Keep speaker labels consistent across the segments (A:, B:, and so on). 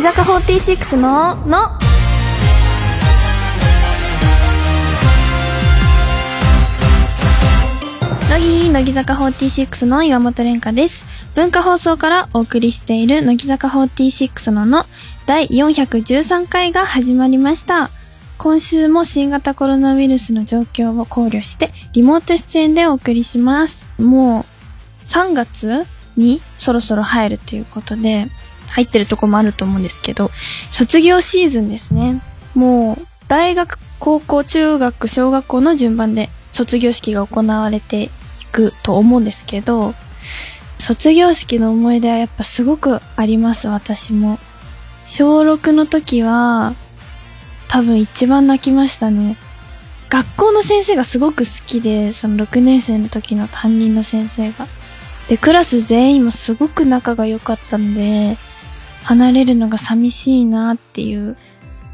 A: 46のの乃木乃木坂46の岩本蓮香です文化放送からお送りしている乃木坂46のの第413回が始まりました今週も新型コロナウイルスの状況を考慮してリモート出演でお送りしますもう3月にそろそろ入るということで入ってるとこもあると思うんですけど、卒業シーズンですね。もう、大学、高校、中学、小学校の順番で卒業式が行われていくと思うんですけど、卒業式の思い出はやっぱすごくあります、私も。小6の時は、多分一番泣きましたね。学校の先生がすごく好きで、その6年生の時の担任の先生が。で、クラス全員もすごく仲が良かったので、離れるのが寂しいなっていう。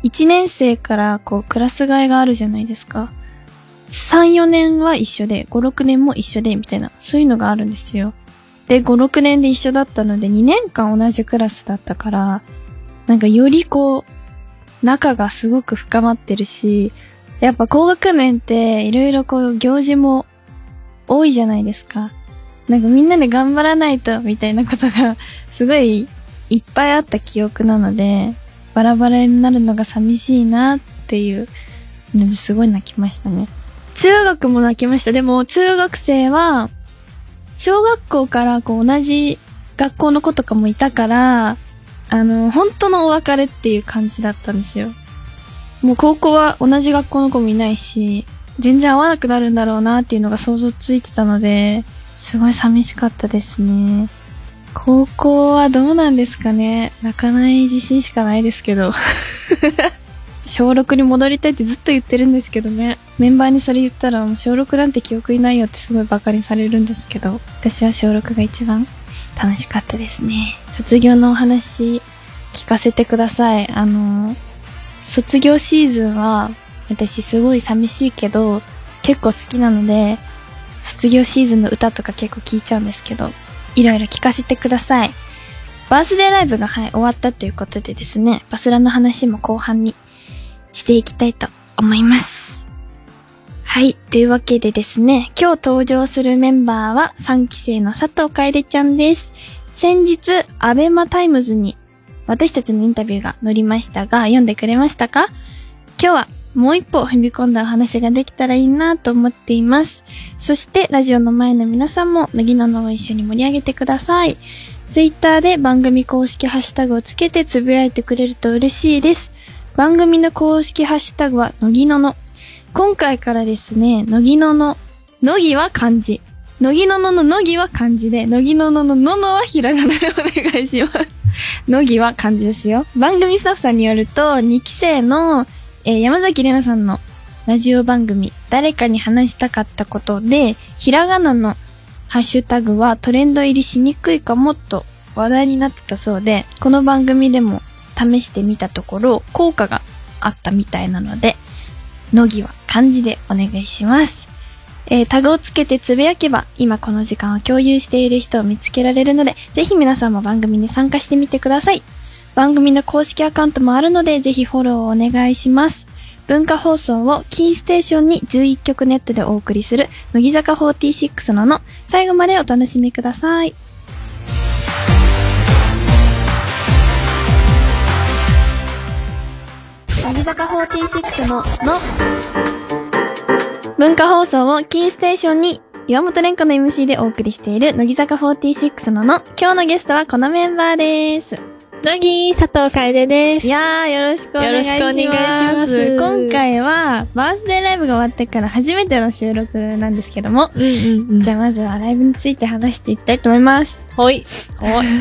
A: 一年生からこうクラス替えがあるじゃないですか。3、4年は一緒で、5、6年も一緒で、みたいな、そういうのがあるんですよ。で、5、6年で一緒だったので、2年間同じクラスだったから、なんかよりこう、仲がすごく深まってるし、やっぱ高学年っていろいろこう行事も多いじゃないですか。なんかみんなで頑張らないと、みたいなことがすごいいっぱいあった記憶なので、バラバラになるのが寂しいなっていうのですごい泣きましたね。中学も泣きました。でも中学生は、小学校からこう同じ学校の子とかもいたから、あの、本当のお別れっていう感じだったんですよ。もう高校は同じ学校の子もいないし、全然会わなくなるんだろうなっていうのが想像ついてたので、すごい寂しかったですね。高校はどうなんですかね泣かない自信しかないですけど。 小6に戻りたいってずっと言ってるんですけどね。メンバーにそれ言ったらもう小6なんて記憶にないよってすごいバカにされるんですけど、私は小6が一番楽しかったですね。卒業のお話聞かせてください。あの、卒業シーズンは私すごい寂しいけど、結構好きなので、卒業シーズンの歌とか結構聞いちゃうんですけど、いろいろ聞かせてください。バースデーライブが、はい、終わったということでですね、バスラの話も後半にしていきたいと思います。はい。というわけでですね、今日登場するメンバーは3期生の佐藤楓ちゃんです。先日、アベマタイムズに私たちのインタビューが載りましたが、読んでくれましたか今日はもう一歩踏み込んだお話ができたらいいなと思っています。そして、ラジオの前の皆さんも、乃木ののを一緒に盛り上げてください。ツイッターで番組公式ハッシュタグをつけてつぶやいてくれると嬉しいです。番組の公式ハッシュタグは、乃木のの。今回からですね、乃木のの、乃木は漢字。乃木ののの乃木は漢字で、乃木のののののはひらがなでお願いします。乃木は漢字ですよ。番組スタッフさんによると、2期生の、えー山崎怜奈さんのラジオ番組、誰かに話したかったことで、ひらがなのハッシュタグはトレンド入りしにくいかもと話題になってたそうで、この番組でも試してみたところ、効果があったみたいなので、のぎは漢字でお願いします。えータグをつけてつぶやけば、今この時間を共有している人を見つけられるので、ぜひ皆さんも番組に参加してみてください。番組の公式アカウントもあるので、ぜひフォローをお願いします。文化放送をキーステーションに11曲ネットでお送りする、乃木坂46のの、最後までお楽しみください。乃木坂46のの、文化放送をキーステーションに、岩本蓮香の MC でお送りしている、乃木坂46のの、今日のゲストはこのメンバーです。
B: 乃木佐藤楓です。
A: いやー、よろしくお願いします。
B: よろしくお願いします
A: 今回は、バースデーライブが終わってから初めての収録なんですけども、
B: うんうんうん。
A: じゃあまずはライブについて話していきたいと思います。
B: ほい。ほい。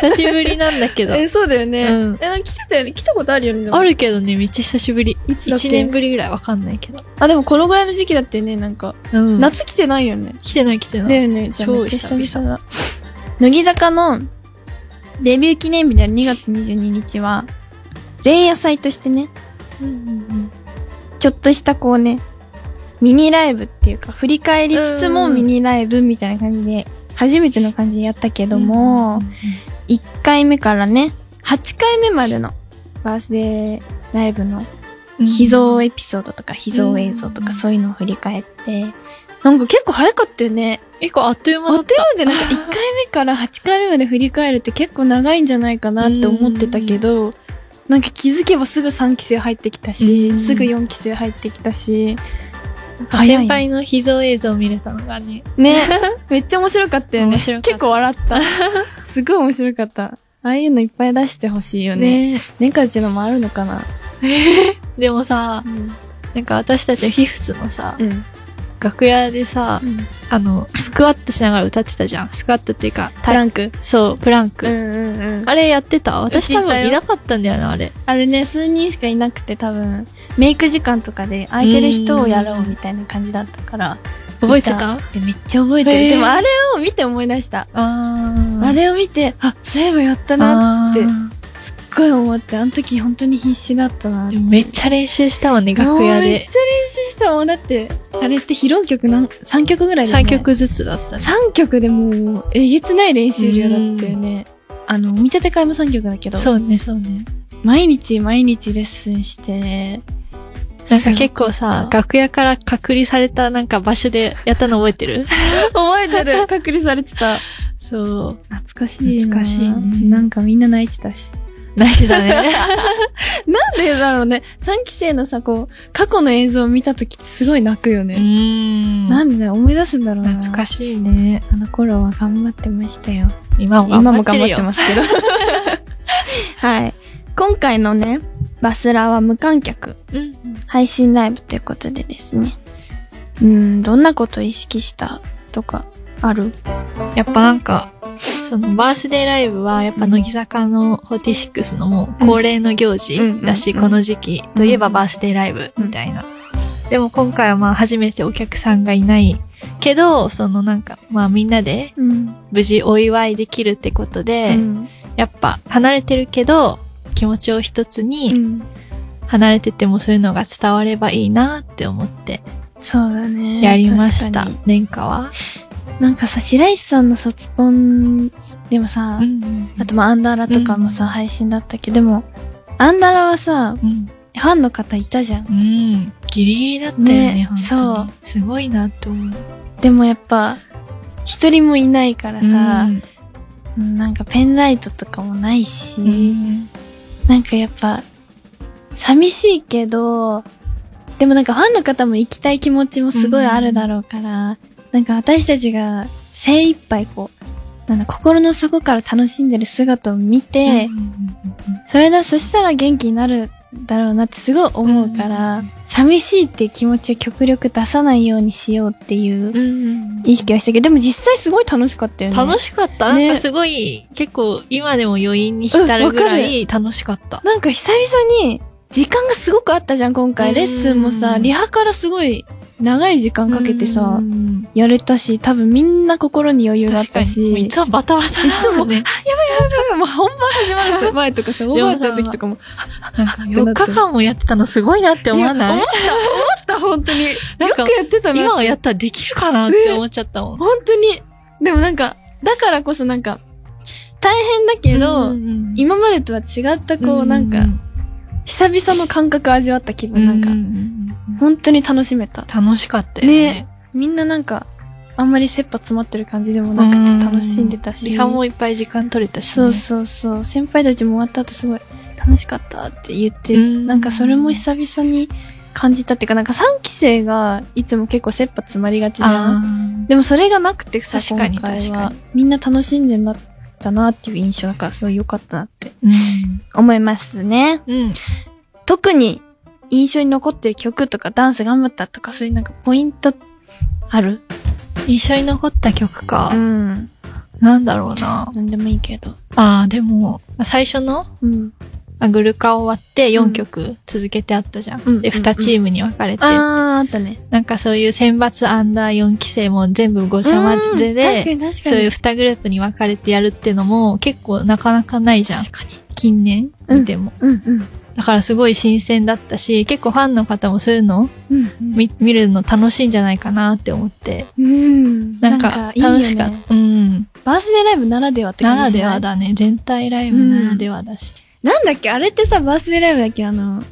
B: 久しぶりなんだけど。、
A: そうだよね
B: うん
A: え、来てたよね。来たことあるよね
B: あ。るけどね、めっちゃ久しぶり。
A: いつだっけ
B: 一年ぶりぐらいわかんないけど。
A: あ、でもこのぐらいの時期だってね、なんか、
B: うん夏
A: 夏来てないよね。
B: 来てない来てな
A: だ
B: い。
A: よね。じゃあ
B: 超
A: めっちゃ久
B: 久
A: 々だ。乃木坂のデビュー記念日である2月22日は、前夜祭としてね、
B: うんうん
A: ちょっとしたこうね、ミニライブっていうか、振り返りつつも
B: うん
A: ミニライブみたいな感じで、初めての感じでやったけ
B: うん。
A: ども、
B: うん
A: 1回目からね、8回目までのバースデーライブの
B: うん
A: 秘蔵エピソードとか秘蔵映像と
B: う
A: か
B: ん
A: そういうのを振り返って、なんか結構早かったよね。
B: 結構あっという間
A: あ
B: だ
A: っ
B: っ
A: という間でなんか1回目から8回目まで振り返るって結構長いんじゃないかなって思ってたけど、なんか気づけばすぐ3期生入ってきた
B: う
A: し、
B: ん
A: すぐ4期生入ってきたし、
B: た。
A: 早いね
B: 先輩の秘蔵映像見れたのがね。
A: ね、 めっちゃ面白かったよね。
B: 面白かった
A: 結構笑った。すごい面白かった。ああいうのいっぱい出してほしいよね。年間うちのもあるのかな
B: でもさ、
A: うん。
B: なんか私たちはフィフスのさ、
A: うん。
B: 楽屋でさ、あの、スクワットしながら歌ってたじゃん。スクワットっていうか、
A: プラ
B: ン
A: ンク
B: ク。そう、プランク。
A: んうんうん
B: あれやってた
A: 私
B: 私
A: 多
B: 多
A: 分
B: 分
A: い
B: い
A: な
B: なかったんだよな、あれ。
A: あれね、数人しかいなくて多分、メイク時間とかで空いてる人をやろうみたいな感じだったから。
B: 覚えてたあ
A: え、めっちゃ覚えてる。
B: へー
A: でもあれを見て思い出した。
B: あ
A: あ
B: あれ
A: れを見て、あ、そういえばやったな
B: な
A: っっててすっごい思って、あの時本当に必死だったなって。
B: めっちゃ練習したもんね、楽
A: も
B: 屋
A: うめっ
B: で
A: ち。ゃ練習したもん。だって、あれって披露曲なん3曲ぐらいだよ
B: 3
A: ね。
B: 曲ずつだったね。
A: 3曲でもう、えげつない練習量だったよね。あの、お見立て会も3曲だけど、
B: そうね、そうね。
A: 毎日毎日レッスンして、
B: なんか結構
A: すごか
B: さ
A: っ、た
B: 楽屋から隔離されたなんか場所でやったの覚えてる
A: 覚えてる。 隔離されてた。
B: そう。
A: 懐かしいな。
B: 懐かしいね
A: なんかみんな泣いてたし。
B: 泣いてたね。
A: なんでだろうね。3期生のさ、こう、過去の映像を見た時ってすごい泣く よ
B: う
A: ね。
B: ん
A: なんでだよ思い出すんだろうな。
B: 懐
A: しい。
B: かしいね。
A: あの頃は頑張ってましたよ。
B: 今も
A: 今
B: 頑張
A: も
B: って
A: 頑
B: る
A: 張っ
B: よ
A: て。ますけど。 はい。今回のね、バスラは無観客、
B: うん。
A: 配信ライブということでですね。うん、どんなこと意識したとか、ある
B: やっぱなんか、そのバースデーライブはやっぱ乃木坂の46のもう恒例の行事だし、
A: うん
B: この時期といえばバースデーライブみたいな。でも今回はまあ初めてお客さんがいないけど、そのなんかまあみんなで
A: うん。
B: 無事お祝いできるってこと
A: う
B: で、
A: ん。
B: やっぱ離れてるけど気持ちを一つ
A: う
B: に
A: ん
B: 離れててもそういうのが伝わればいいなって思って
A: そうだね。
B: やりまし
A: 確
B: た
A: かに。
B: 年下は。
A: なんかさ、白石さんの卒コンでもさ、
B: うん
A: あとまあアンダーラとかもさ、
B: うん
A: 配信だったけど、でも、アンダーラはさ、
B: うん。
A: ファンの方いたじゃん。
B: うん。ギリギリだったよね、
A: ね
B: 本当に。
A: そう
B: すごいなって思う。
A: でもやっぱ、一人もいないからさ
B: う、ん
A: なんかペンライトとかもないし、
B: うん
A: なんかやっぱ、寂しいけど、でもなんかファンの方も行きたい気持ちもすごいあるだろうから、なんか私たちが精一杯こう、なんだ、心の底から楽しんでる姿を見て、
B: うん
A: それだ、そしたら元気になるだろうなってすごい思うから、
B: うん
A: 寂しいっていう気持ちを極力出さないようにしようっていう
B: うんうん
A: 意識はしたけど、でも実際すごい楽しかったよね。
B: 楽
A: し
B: しかった、
A: ね
B: なんかすごい、結構今でも余韻に浸るぐらい楽しかった。
A: なんか久々に時間がすごくあったじゃん、今回。
B: うん
A: レッスンもさ、リハからすごい長い時間かけてさ
B: う、ん
A: やれたし、多分みんな心に余裕があっ
B: 確か
A: た
B: に。もうい
A: し。
B: つもバタバタだもんね。
A: もう本番始まる前とかさ、お
B: でも
A: ば
B: さ
A: あちゃんの時とかも。
B: なんか4日間もやってたのすごいなって思わない
A: いや思った、思った、本当に。よ
B: なん
A: く
B: か
A: やってたなって
B: 今はやったらできるかなって思っちゃったもん。
A: 本当に。でもなんか、だからこそなんか、大変だけ
B: うん
A: ど、
B: うん
A: 今までとは違ったこう、なん
B: う
A: か、久々の感覚味わった気分、
B: ん
A: なんか
B: う、ん
A: 本当に楽しめた。
B: 楽しかったよね。
A: みんななんか、あんまり切羽詰まってる感じでもなくて楽しんでたし。
B: リハもいっぱい時間取れたし、ね。
A: そうそうそう。先輩たちも終わった後すごい楽しかったって言って、
B: うん
A: なんかそれも久々に感じたっていうか、なんか3期生がいつも結構切羽詰まりがちじゃん。でもそれがなくてさ、
B: 確かに
A: 今回は
B: 確か
A: みんな楽しんでなったなっていう印象だからすごい良かったなって
B: うん。
A: 思いますね。
B: うん。
A: 特に印象に残ってる曲とかダンス頑張ったとかそういうなんかポイントある
B: 一緒に残った曲か。
A: ん。
B: なんだろうな。
A: なんでもいいけど。
B: ああ、でも、まあ最初の
A: うん。
B: あグルカ終わって4曲続けてあったじゃん。
A: うん
B: で、2チームに分かれて、
A: あー、あったね。
B: なんかそういう選抜アンダー4期生も全部5社まで
A: 確か
B: で、
A: に確か
B: そう
A: に。
B: いう2グループに分かれてやるってのも結構なかなかないじゃん。
A: 確かに。
B: 近年見ても。
A: うんうん。
B: だからすごい新鮮だったし、結構ファンの方もそういうのを
A: うん
B: 見見るの楽しいんじゃないかなって思って。
A: うん。
B: なんか、楽しかった。うん。
A: バースデーライブならではって
B: な
A: 感
B: ら
A: じし
B: で
A: ない
B: はだね。全体ライブならではだし。
A: なんだっけあれってさ、バースデーライブだっけあの、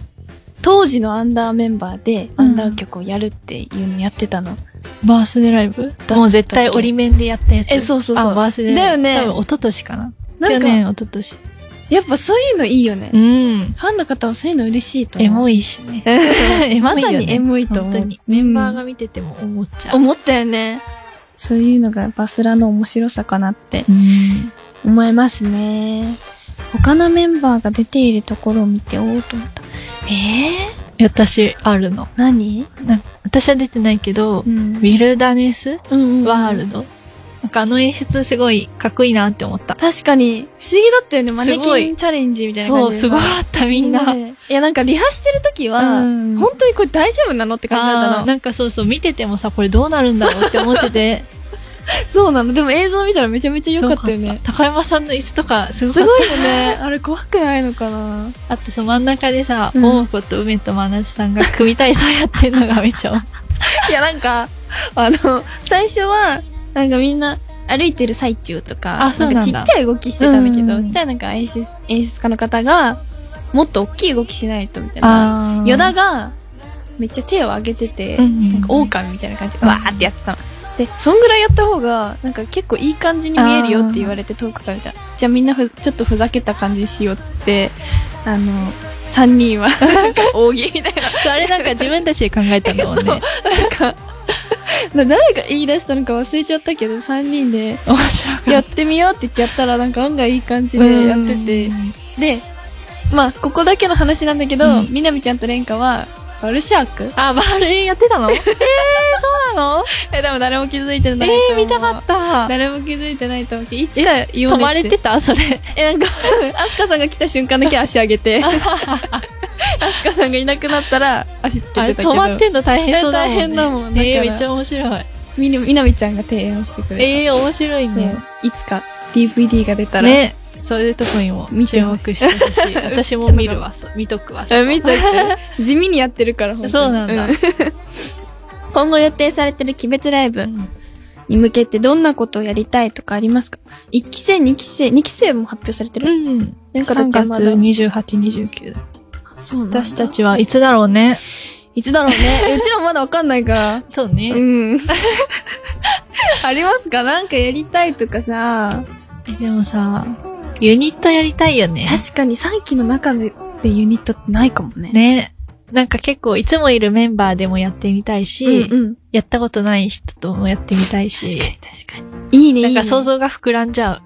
A: 当時のアンダーメンバーでアンダー曲をやるっていうのやってたの。
B: バースデーライブ
A: け
B: もう絶対折り面でやったやつ。
A: えそうそうそう
B: あ、バースデーライブ。
A: だよね
B: 多分、一昨年かな。
A: な
B: 去
A: んか、
B: 年、一昨年。
A: やっぱそういうのいいよね。
B: うん。
A: ファンの方はそういうの嬉しいと思う。
B: エモいしね。エ
A: ま
B: モいよ
A: さ
B: ね
A: にエモいと思う。
B: 本当に。メンバー
A: う
B: が見てても思っちゃ
A: ん
B: う。
A: 思ったよね。そういうのがバスラの面白さかなって
B: うん。
A: 思いますね。他のメンバーが出ているところを見ておおと思った。えー、
B: 私、あるの。
A: 何
B: なんか私は出てないけど、
A: ん
B: ウィルダネス
A: うんうん、
B: ワールド。なんかあの演出すごいかっこいいなって思った。
A: 確かに、不思議だったよね。マネ
B: すご
A: キン
B: い
A: チャレンジみたいな
B: そ
A: 感
B: う、
A: じで。
B: すごかった、みんな。
A: でいや、なんかリハしてる時は、
B: うん
A: 本当にこれ大丈夫なのって感じだ
B: あ
A: っ
B: ー
A: たの。
B: なんかそうそう、見ててもさ、これどうなるんだろうって思って て。
A: そうなの。でも映像見たらめちゃめちゃ良かったよ
B: すご
A: ね
B: かっ。た高山さんの椅子とか、すごか
A: す
B: っ
A: ごいよね。あれ怖くないのかな
B: た。あとそう、真ん中でさ、
A: うん
B: 桃子と梅と真夏さんが組体操やってるのがめっちゃ面白い、
A: いや、なんか、あの、最初は、なんかみんな、歩いてる最中とか、
B: あそうなんだ
A: かちっちゃい動きしてたんだけ
B: う
A: ど、
B: ん
A: そしたらなんか演出演出家の方が、もっと大きい動きしないと、みたいな。
B: あ
A: ヨダが、めっちゃ手を上げてて、
B: うん
A: なんか狼みたいな感じで、わーってやってたの。で、そんぐらいやった方が、なんか結構いい感じに見えるよって言われて、遠くから見たらじゃあみんなふちょっとふざけた感じにしようっつって、あの、3人 は、なんか扇みたいな。
B: そうあれなんか自分たちで考えたんだも んね。
A: な誰が言い出したのか忘れちゃったけど、3人で、
B: 面白かった。
A: やってみようって言ってやったらなんか案外いい感じでやってて
B: うん。
A: でまあここだけの話なんだけ
B: う
A: ど、
B: ん
A: みなみちゃんとれんかはバルシャーク
B: あ、バールエンやってたのえー、そうなの
A: えでも誰も気づいてないと思
B: え
A: う
B: ー、見たかった。
A: 誰も気づいてないと思うけどいつか言
B: 止
A: わ
B: ま
A: な
B: れ
A: く
B: てたそれ。
A: えなんかアスカさんが来た瞬間だけ足上げてアスカさんがいなくなったら足つけ
B: あれ
A: てたけど
B: 止まってんの大変そうだもん、ね。
A: 大変だもんだから
B: えー、めっちゃ面白い。
A: みなみなみちゃんが提案してくれた、
B: えー、面白いね。
A: そういつか DVD が出たら、
B: ね。そういうとこにも
A: 見て
B: 注
A: ほ
B: 目
A: しい
B: してほしい。私も見るわ、そう見とく わ。そこ
A: え見とい て地味にやってるから本当に
B: そうなんだ
A: う。今後予定されてる鬼滅ライブに向けてどんなことをやりたいとかありますか ?1 期生、2期生、2期生も発表されてる、
B: うん。
A: なんか
B: 3
A: たち
B: 月
A: はまだ。
B: 28、29だ。
A: そうなんだ
B: 私た。ちはいつだろうね。
A: いつだろうね。うちらもまだわかんないから。
B: そう
A: う。ん。 ありますかなんかやりたいとかさ。
B: でもさ、ユニットやりたいよね。
A: 確かに3期の中でユニットってないかもね。
B: ね。なんか結構いつもいるメンバーでもやってみたいし、
A: うんうん。
B: やったことない人ともやってみたい
A: 確
B: し
A: か、に確かに。いいね、いい
B: な
A: ね。
B: んか想像が膨らんじ ゃう。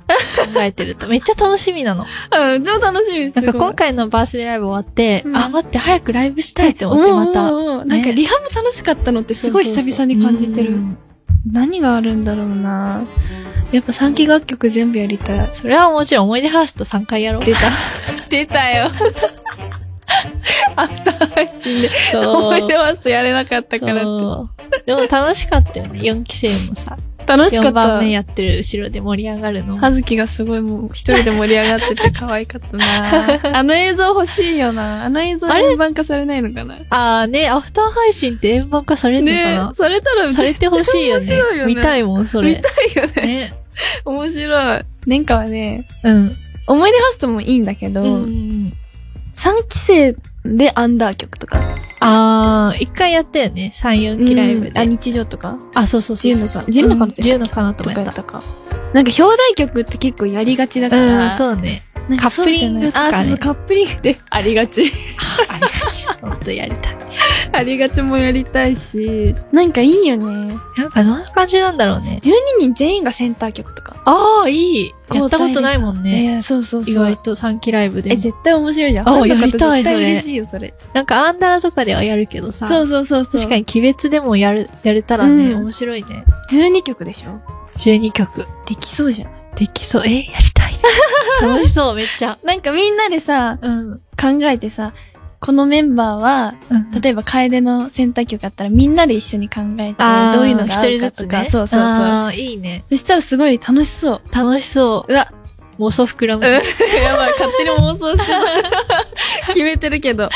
B: 考えてると。めっちゃ楽しみなの。
A: うん、超楽しみ です。
B: なんか
A: すごい
B: 今回のバースデーライブ終わって、
A: うん
B: あ、待って、早くライブしたいって思って、また。
A: おうおうおうなんか
B: ね
A: リハも楽しかったのってすごい久々に感じてる。
B: うん
A: 何があるんだろうなやっぱ3期楽曲全部やりたい。
B: それはもちろん思い出ハースと3回 やろう。
A: 出た。出た よ。アフター配信で
B: そう
A: 思い出ますとやれなかったからっ
B: そうでも楽しかったよね。4期生もさ。
A: て。楽し
B: 4
A: かった
B: 番目。やってる後ろで盛り上がるのも。
A: はずきがすごいもう一人で盛り上がってて可愛かったな あの映像欲しいよなあの映像
B: あれ
A: 円盤化されないのかな
B: あーね、アフター配信って円盤化されるのか
A: ね
B: な、
A: されたら
B: されてほしいよ
A: 絶対
B: ね
A: 面白いよね
B: 見たいもん、それ。
A: 見たいよね。
B: ね。
A: 面白い。年間はね、
B: うん。
A: 思い出ホストもいいんだけど、
B: うん。
A: 3期生でアンダー曲とか。
B: あー、一回やったよね。3、4期ライブ
A: うんあ、
B: で。
A: 日常とか
B: あ、そうそうそうそう。
A: 自由のかな
B: 自由のかなと
A: と
B: も
A: か
B: や
A: や
B: っ。
A: ったたか。なんか表題曲って結構やりがちだか
B: う
A: ら。
B: ん、そうね。
A: なんかそうじゃない
B: カップリングとかね
A: あ、そうそう、カップリングでありがち。
B: ありが ち。ほんとやりたい。
A: ありがちもやりたいし。なんかいいよね。
B: なんかどんな感じなんだろうね。
A: 12人全員がセンター曲とか。
B: ああ、いい。やったことないもん
A: い
B: ね。
A: や、そうそうそう。
B: 意外と3期ライブで
A: え、
B: も。
A: 絶対面白いじゃん。
B: あ
A: ファンの
B: や
A: 方
B: りたい
A: 絶対
B: それ
A: 嬉しいよ、それ。
B: なんかアンダラとかではやるけどさ。
A: そうそうそうそう。
B: 確かに鬼滅でもやる、やれたらね、
A: うん
B: 面白いね。
A: 12曲でしょ
B: 12曲。
A: できそうじゃない
B: できそう。えやり たい。楽しそう、めっちゃ。
A: なんかみんなでさ、
B: うん。
A: 考えてさ、このメンバーは、
B: 例え
A: 例えば楓の選択曲あったらみんなで一緒に考えて、
B: ば、
A: どういうのが
B: 一
A: あ
B: 人
A: るか
B: ずつ
A: とか、
B: ね。
A: そうそうそう。
B: あーいいね。
A: そしたらすごい楽しそう。
B: 楽しそう
A: わ、
B: う。妄想膨らむ。
A: やばい、勝手に妄想してさ、 決めてるけど、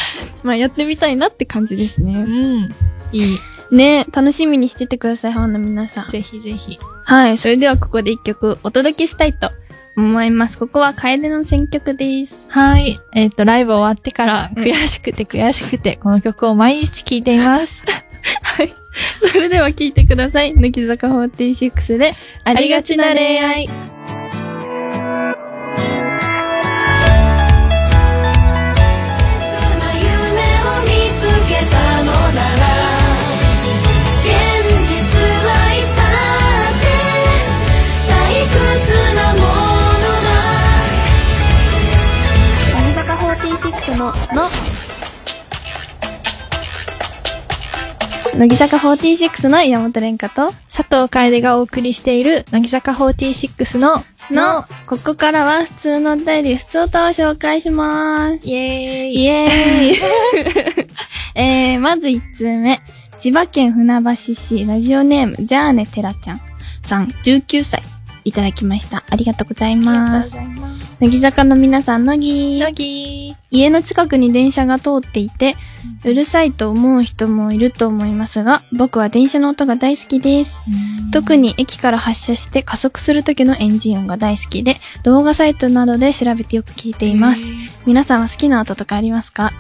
A: まあやってみたいなって感じです
B: う
A: ね。
B: ん。いい。
A: ね、楽しみにしててください、ファンの皆さん。
B: ぜひぜひ。
A: はい、それではここで一曲お届けしたいと思います。ここは楓の選曲です。
B: はい。えっ、と、ライブ終わってから、
A: うん
B: 悔しくて悔しくて、この曲を毎日聴いてい ます。
A: それでは聴いてください。乃木坂46で、ありがちな恋愛。
C: 「夢を見つけたのなら」「現実はいつだって退屈なものだ」
A: 乃木坂46の、の、乃木坂46の山本蓮香と、
B: 佐藤楓がお送りしている、乃木坂46の、
A: の、ここからは普通のお便り、普通歌を紹介します。
B: イエーイ
A: イエー イえー、まず1通目。千葉県船橋市、ラジオネーム、じゃあねてらちゃんさん、19歳。いただきました。ありがとうございます。
B: います。
A: 乃木坂の皆さん、乃木
B: 乃木
A: 家の近くに電車が通っていて、うるさいと思う人もいると思いますが、僕は電車の音が大好きです。特に駅から発車して加速する時のエンジン音が大好きで、動画サイトなどで調べてよく聞いています。。皆さんは好きな音とかありますか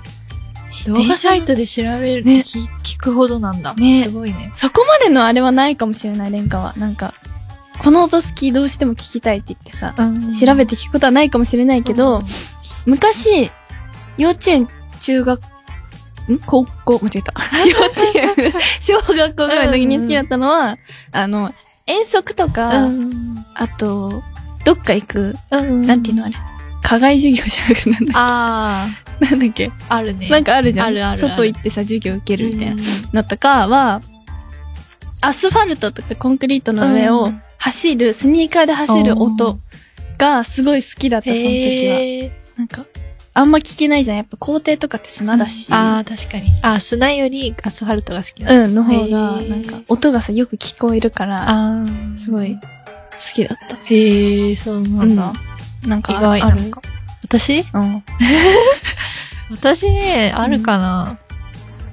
B: 動
A: 電車
B: 画サイトで調べるって
A: ね
B: 聞,、聞くほどなんだ。
A: ね
B: すごいね。
A: そこまでのあれはないかもしれない、蓮華は。なんか、この音好きどうしても聞きたいって言ってさ、調べ
B: た
A: て聞くことはないかもしれないけど、昔、幼稚園、中学、ん高校、間違 えた。幼稚園、小学校ぐらいの時に好きだったのは、あの、遠足とか、
B: うん。
A: あと、どっか行く、
B: うん
A: なんていうのあれ、課外授業じゃなくてなんだ
B: あ
A: なんだっけ、
B: あ、あるね。
A: なんかあるじゃん。
B: あるあるある
A: 外行ってさ、授業受けるみたいな。
B: うん
A: のとかは、アスファルトとかコンクリートの上
B: う
A: を
B: ん
A: 走る、スニーカーで走る
B: おー
A: 音がすごい好きだった、その時は。
B: へー
A: なんか、あんま聞けないじゃん。やっぱ校庭とかって砂だし。
B: ああ、確かに。あー砂よりアスファルトが好きなんだ。
A: うん、の方が、
B: へー
A: なんか、音がさ、よく聞こえるから、
B: ああ、
A: すごい好きだった。
B: へえ、そうな
A: うんん
B: だ。
A: なんか、
B: 意外
A: ある
B: なんか私
A: うん。
B: 私ね、あるかな。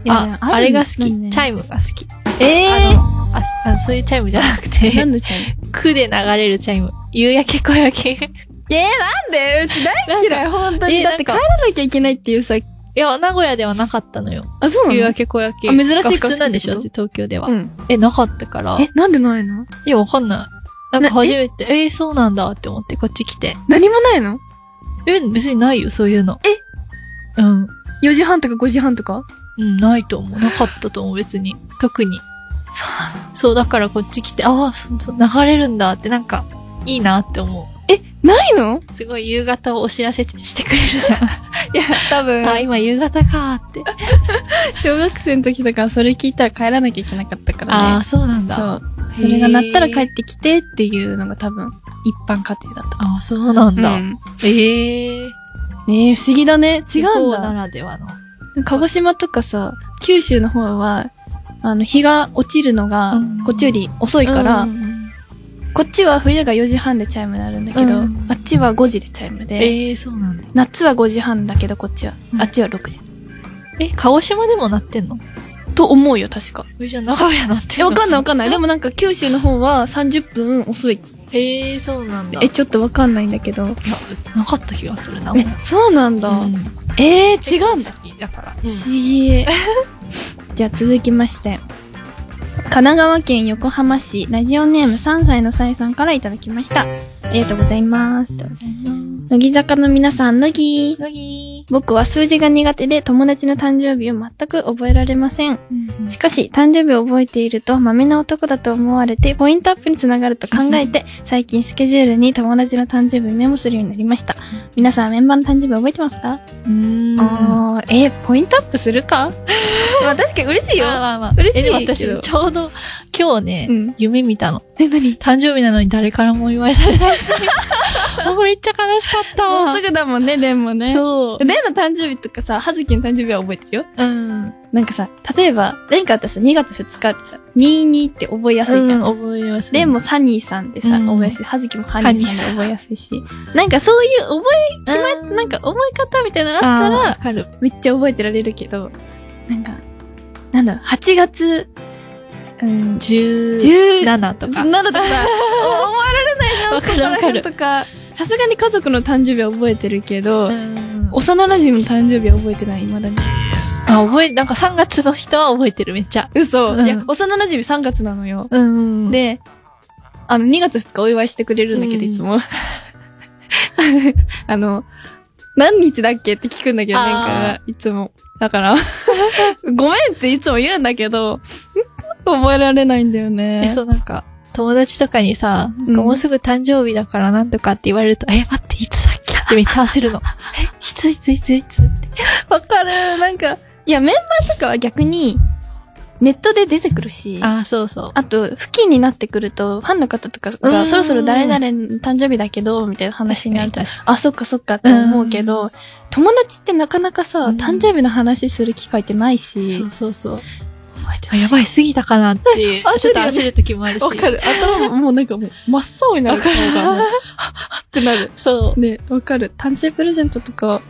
A: いやいや
B: あ、あれが好
A: ある
B: き。
A: ん
B: チャ
A: だね
B: イムが好き。
A: え
B: ああ、そういうチャイムじゃなく
A: ーな
B: て、
A: んでチャイム
B: 区で流れるチャイム。夕焼け小焼け。
A: えー、なんでうち大
B: なん
A: い、本当
B: えー
A: だって帰
B: なん
A: ら
B: か
A: なきゃいけないっていうさ、
B: いや、名古屋ではなかったのよ。
A: あ、そうな
B: 夕
A: の
B: 焼け小焼け。
A: あ珍しいから
B: 普通なんでしょ
A: 好
B: っ
A: き
B: て東京では
A: う。ん。
B: え、なかったから。
A: え、なんでないの
B: いや、わかんない。なんか
A: な
B: 初めて、えー、そうなんだって思って、こっち来て。
A: 何もないの
B: え、別にないよ、そういうの。えうん。
A: 4時半とか5時半とか
B: うん、ないと思う。なかったと思う、別に。特に。そうそう、だからこっち来て、ああ、そうそう、流れるんだって、なんか、いいなって思
A: ないの
B: う。すごい夕方をお知らせしてくれるじゃ
A: いや、多分
B: ん。あ、今夕方かーって。
A: 小学生の時とかそれ聞いたら帰らなきゃいけなかったか
B: あ
A: ら
B: あ、
A: ね。
B: そうなんだ。
A: そ
B: あ
A: う。それが鳴ったら帰
B: へー
A: ってきてっていうのが多分一般家庭だった。
B: あ、そうなんだ。
A: うん
B: ええー。
A: ねえ、不思議だね。違
B: 地
A: うん
B: 方な
A: だ。
B: らではの。
A: 鹿児島とかさ、九州の方は、あの、日が落ちるのが
B: うん、
A: こっちより遅いから、
B: うんうんうん
A: こっちは冬が4時半でチャイム鳴るんだけど、
B: うん
A: あっちは5時でチャイムで、
B: ええー、そうなんだ。
A: 夏は5時半だけどこっちは
B: う、ん
A: あっちは6時。
B: え、鹿児島でもなってんの
A: と思うよ、確か。
B: えじゃあ名古屋なってん
A: え、
B: の
A: わかんないわかんない。でもなんか九州の方は30分遅い。
B: ええー、そうなんだ。
A: え、ちょっとわかんないんだけど。
B: ななかった気がするな。
A: え、そうなんだ。えー、違うんだ。
B: 好きだから。
A: 不思議。 じゃあ続きまして。神奈川県横浜市、ラジオネーム3歳のさえさんからいただきました。ありがとうございます。乃木坂の皆さん、乃木。
B: 乃木。
A: 僕は数字が苦手で友達の誕生日を全く覚えられません。しかし、誕生日を覚えていると、マメな男だと思われて、ポイントアップにつながると考えて、最近スケジュールに友達の誕生日をメモするようになりました。皆さん、メンバーの誕生日覚えてますか、
B: うーん。
A: あー、え、ポイントアップするかまあ確かに嬉しいよ。
B: まあまあまあ。
A: 嬉しい
B: えでも
A: けど
B: 私、ちょうど今日ね、
A: うん
B: 夢見たの。
A: え、なに
B: 誕生日なのに誰からもお祝いされ ない。もうめっちゃ悲しかった。
A: もうすぐだもんね、でもね。
B: そう。
A: レンの誕生日とかさ、はずきの誕生日は覚えてるよ。
B: うん。
A: なんかさ、例えば、レンカだったらさ、2月2日ってさ、22って覚えやすいじゃん。
B: うん覚えます、
A: レンもサニーさんでさ、
B: うん
A: 覚えやすい。はずきもハニーさんで覚えやすいし。なんかそういう覚え、決まっ
B: うん
A: なんか覚え方みたいなのあ
B: あったた
A: っら
B: ら、、わかる。
A: めっちゃ覚えてられるけど、なんか、なんだろう、8月うん、
B: 17
A: 17
B: と
A: とか。
B: か。
A: 覚 えられないな、
B: わかるわかる
A: そこら辺とか。さすがに家族の誕生日は覚えてるけど、
B: うん
A: 幼馴染の誕生日は覚えてない、まだに。
B: あ、覚え、なんか3月の人は覚えてる、めっちゃ。
A: 嘘、
B: うん
A: いや、幼馴染3月なのよ。
B: うんで、
A: で、あの、2月2日お祝いしてくれるんだけど、
B: うん
A: いつも。 あの、何日だっけって聞くんだけど、
B: あー
A: なんか、いつも。だから、 ごめんっていつも言うんだけど、覚えられないんだよね。
B: え、そうなんか、友達とかにさ、なんか
A: うん
B: もうすぐ誕生日だからなんとかって言われる と、え、待って、いつだっけってめっちゃ焦るの。 え、いついついついつって。
A: わかる。なんか、いや、メンバーとかは逆に、ネットで出てくるし、あ
B: あ、そうそう。
A: と、付近になってくると、ファンの方とか
B: う
A: が、
B: ん
A: そろそろ誰々の誕生日だけど、みたいな話になって、
B: 確か
A: あ、そっかそっかって思うけど、友達ってなかなかさ、
B: うん
A: 誕生日の話する機会ってない
B: に
A: し
B: そう、そうそう。
A: 覚えて
B: あやばい、過ぎたかなっていう。
A: あ
B: ちょっと
A: 焦る よね
B: 焦る時もあるし。
A: わかる。頭ももうなんかもう、真っ青になるから、
B: わかる
A: はっはってなる。
B: そう。
A: ね、わかる。誕生日プレゼントとか、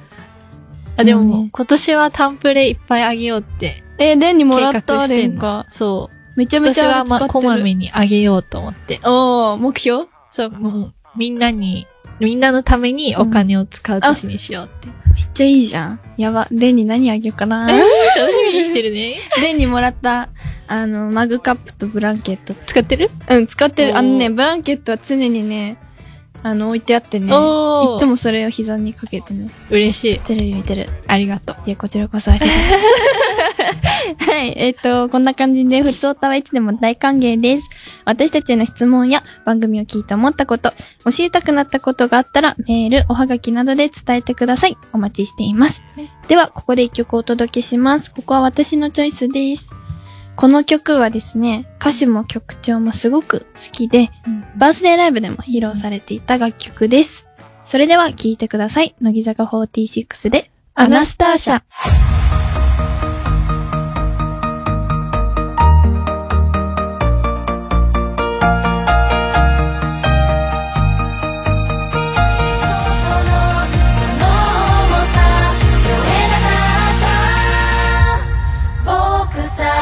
B: あ、で
A: もう
B: も
A: ね、
B: 今年はタンプレいっぱいあげようって。
A: えー、デンにもらっ
B: 計画
A: た、
B: して
A: デ
B: ん
A: ン
B: の
A: か。
B: そう。
A: めちゃ
B: 今
A: めち
B: 年
A: ゃ
B: は、
A: 使っ
B: ま
A: て
B: あ、
A: る。
B: こまめにあげようと思って。
A: おー、目標
B: そう、もう、みんなに、みんなのためにお金を使う年にしようって。
A: めっちゃいいじゃん。やば。デンに何あげようかな。
B: 楽しみにしてるね。
A: デンにもらった、あの、マグカップとブランケット。
B: 使ってる
A: うん、使って
B: お
A: る。
B: ー
A: あのね、ブランケットは常にね、あの、置いてあってね。い
B: おー
A: つもそれを膝にかけてね。
B: 嬉しい。
A: テレビ見てる。
B: ありがとう。
A: いや、こちらこそありがとう。はい。えっ、と、こんな感じで、普通おたはいつでも大歓迎です。私たちへの質問や番組を聞いて思ったこと、教えたくなったことがあったら、メール、おはがきなどで伝えてください。お待ちしています。では、ここで一曲お届けします。ここは私のチョイスです。この曲はですね、歌詞も曲調もすごく好きで、バースデーライブでも披露されていた楽曲です。それでは聴いてください。乃木坂46で、
B: アナスターシャ。
C: 「その重さそれだった」「僕さ」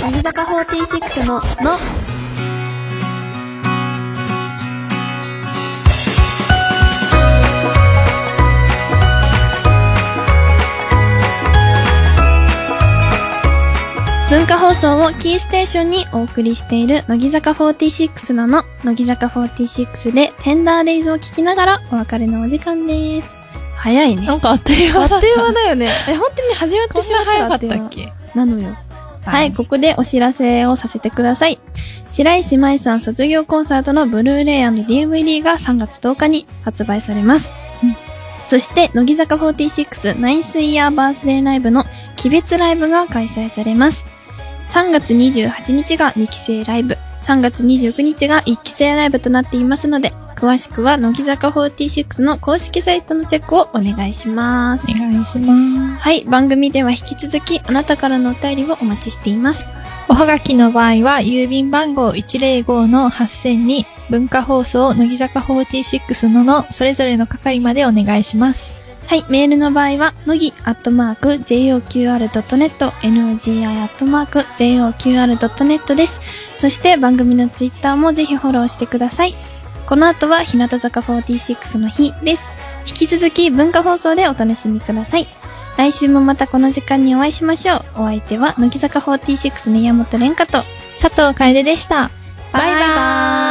A: 乃木坂46の、の、文化放送をキーステーションにお送りしている乃木坂46なの乃木坂46で Tender Days を聞きながらお別れのお時間です。早いね。
B: なんかあっという間だった。
A: だよね。え、 本当に始まっ
B: こんな早かったっ
A: け
B: け
A: なのよ。はい、ここでお知らせをさせてください。白石麻衣さん卒業コンサートのブルーレイ &DVD が3月10日に発売されます。
B: うん
A: そして、乃木坂46ナインスイヤーバースデーライブの鬼別ライブが開催されます。3月28日が2期生ライブ、3月29日が1期生ライブとなっていますので、詳しくは乃木坂46の公式サイトのチェックをお願いします。
B: お願いします。
A: はい、番組では引き続きあなたからのお便りをお待ちしています。
B: おはがきの場合は、郵便番号105-8000に、文化放送、乃木坂46のの、それぞれの係までお願いします。
A: はい、メールの場合は、のぎ、アットマーク、joqr.net、nogi、アットマーク、joqr.net です。そして、番組のツイッターもぜひフォローしてください。この後は、日向坂46の日です。引き続き、文化放送でお楽しみください。来週もまたこの時間にお会いしましょう。お相手は、乃木坂46の山本蓮香と、
B: 佐藤楓でした。バイバ
A: バイバーイ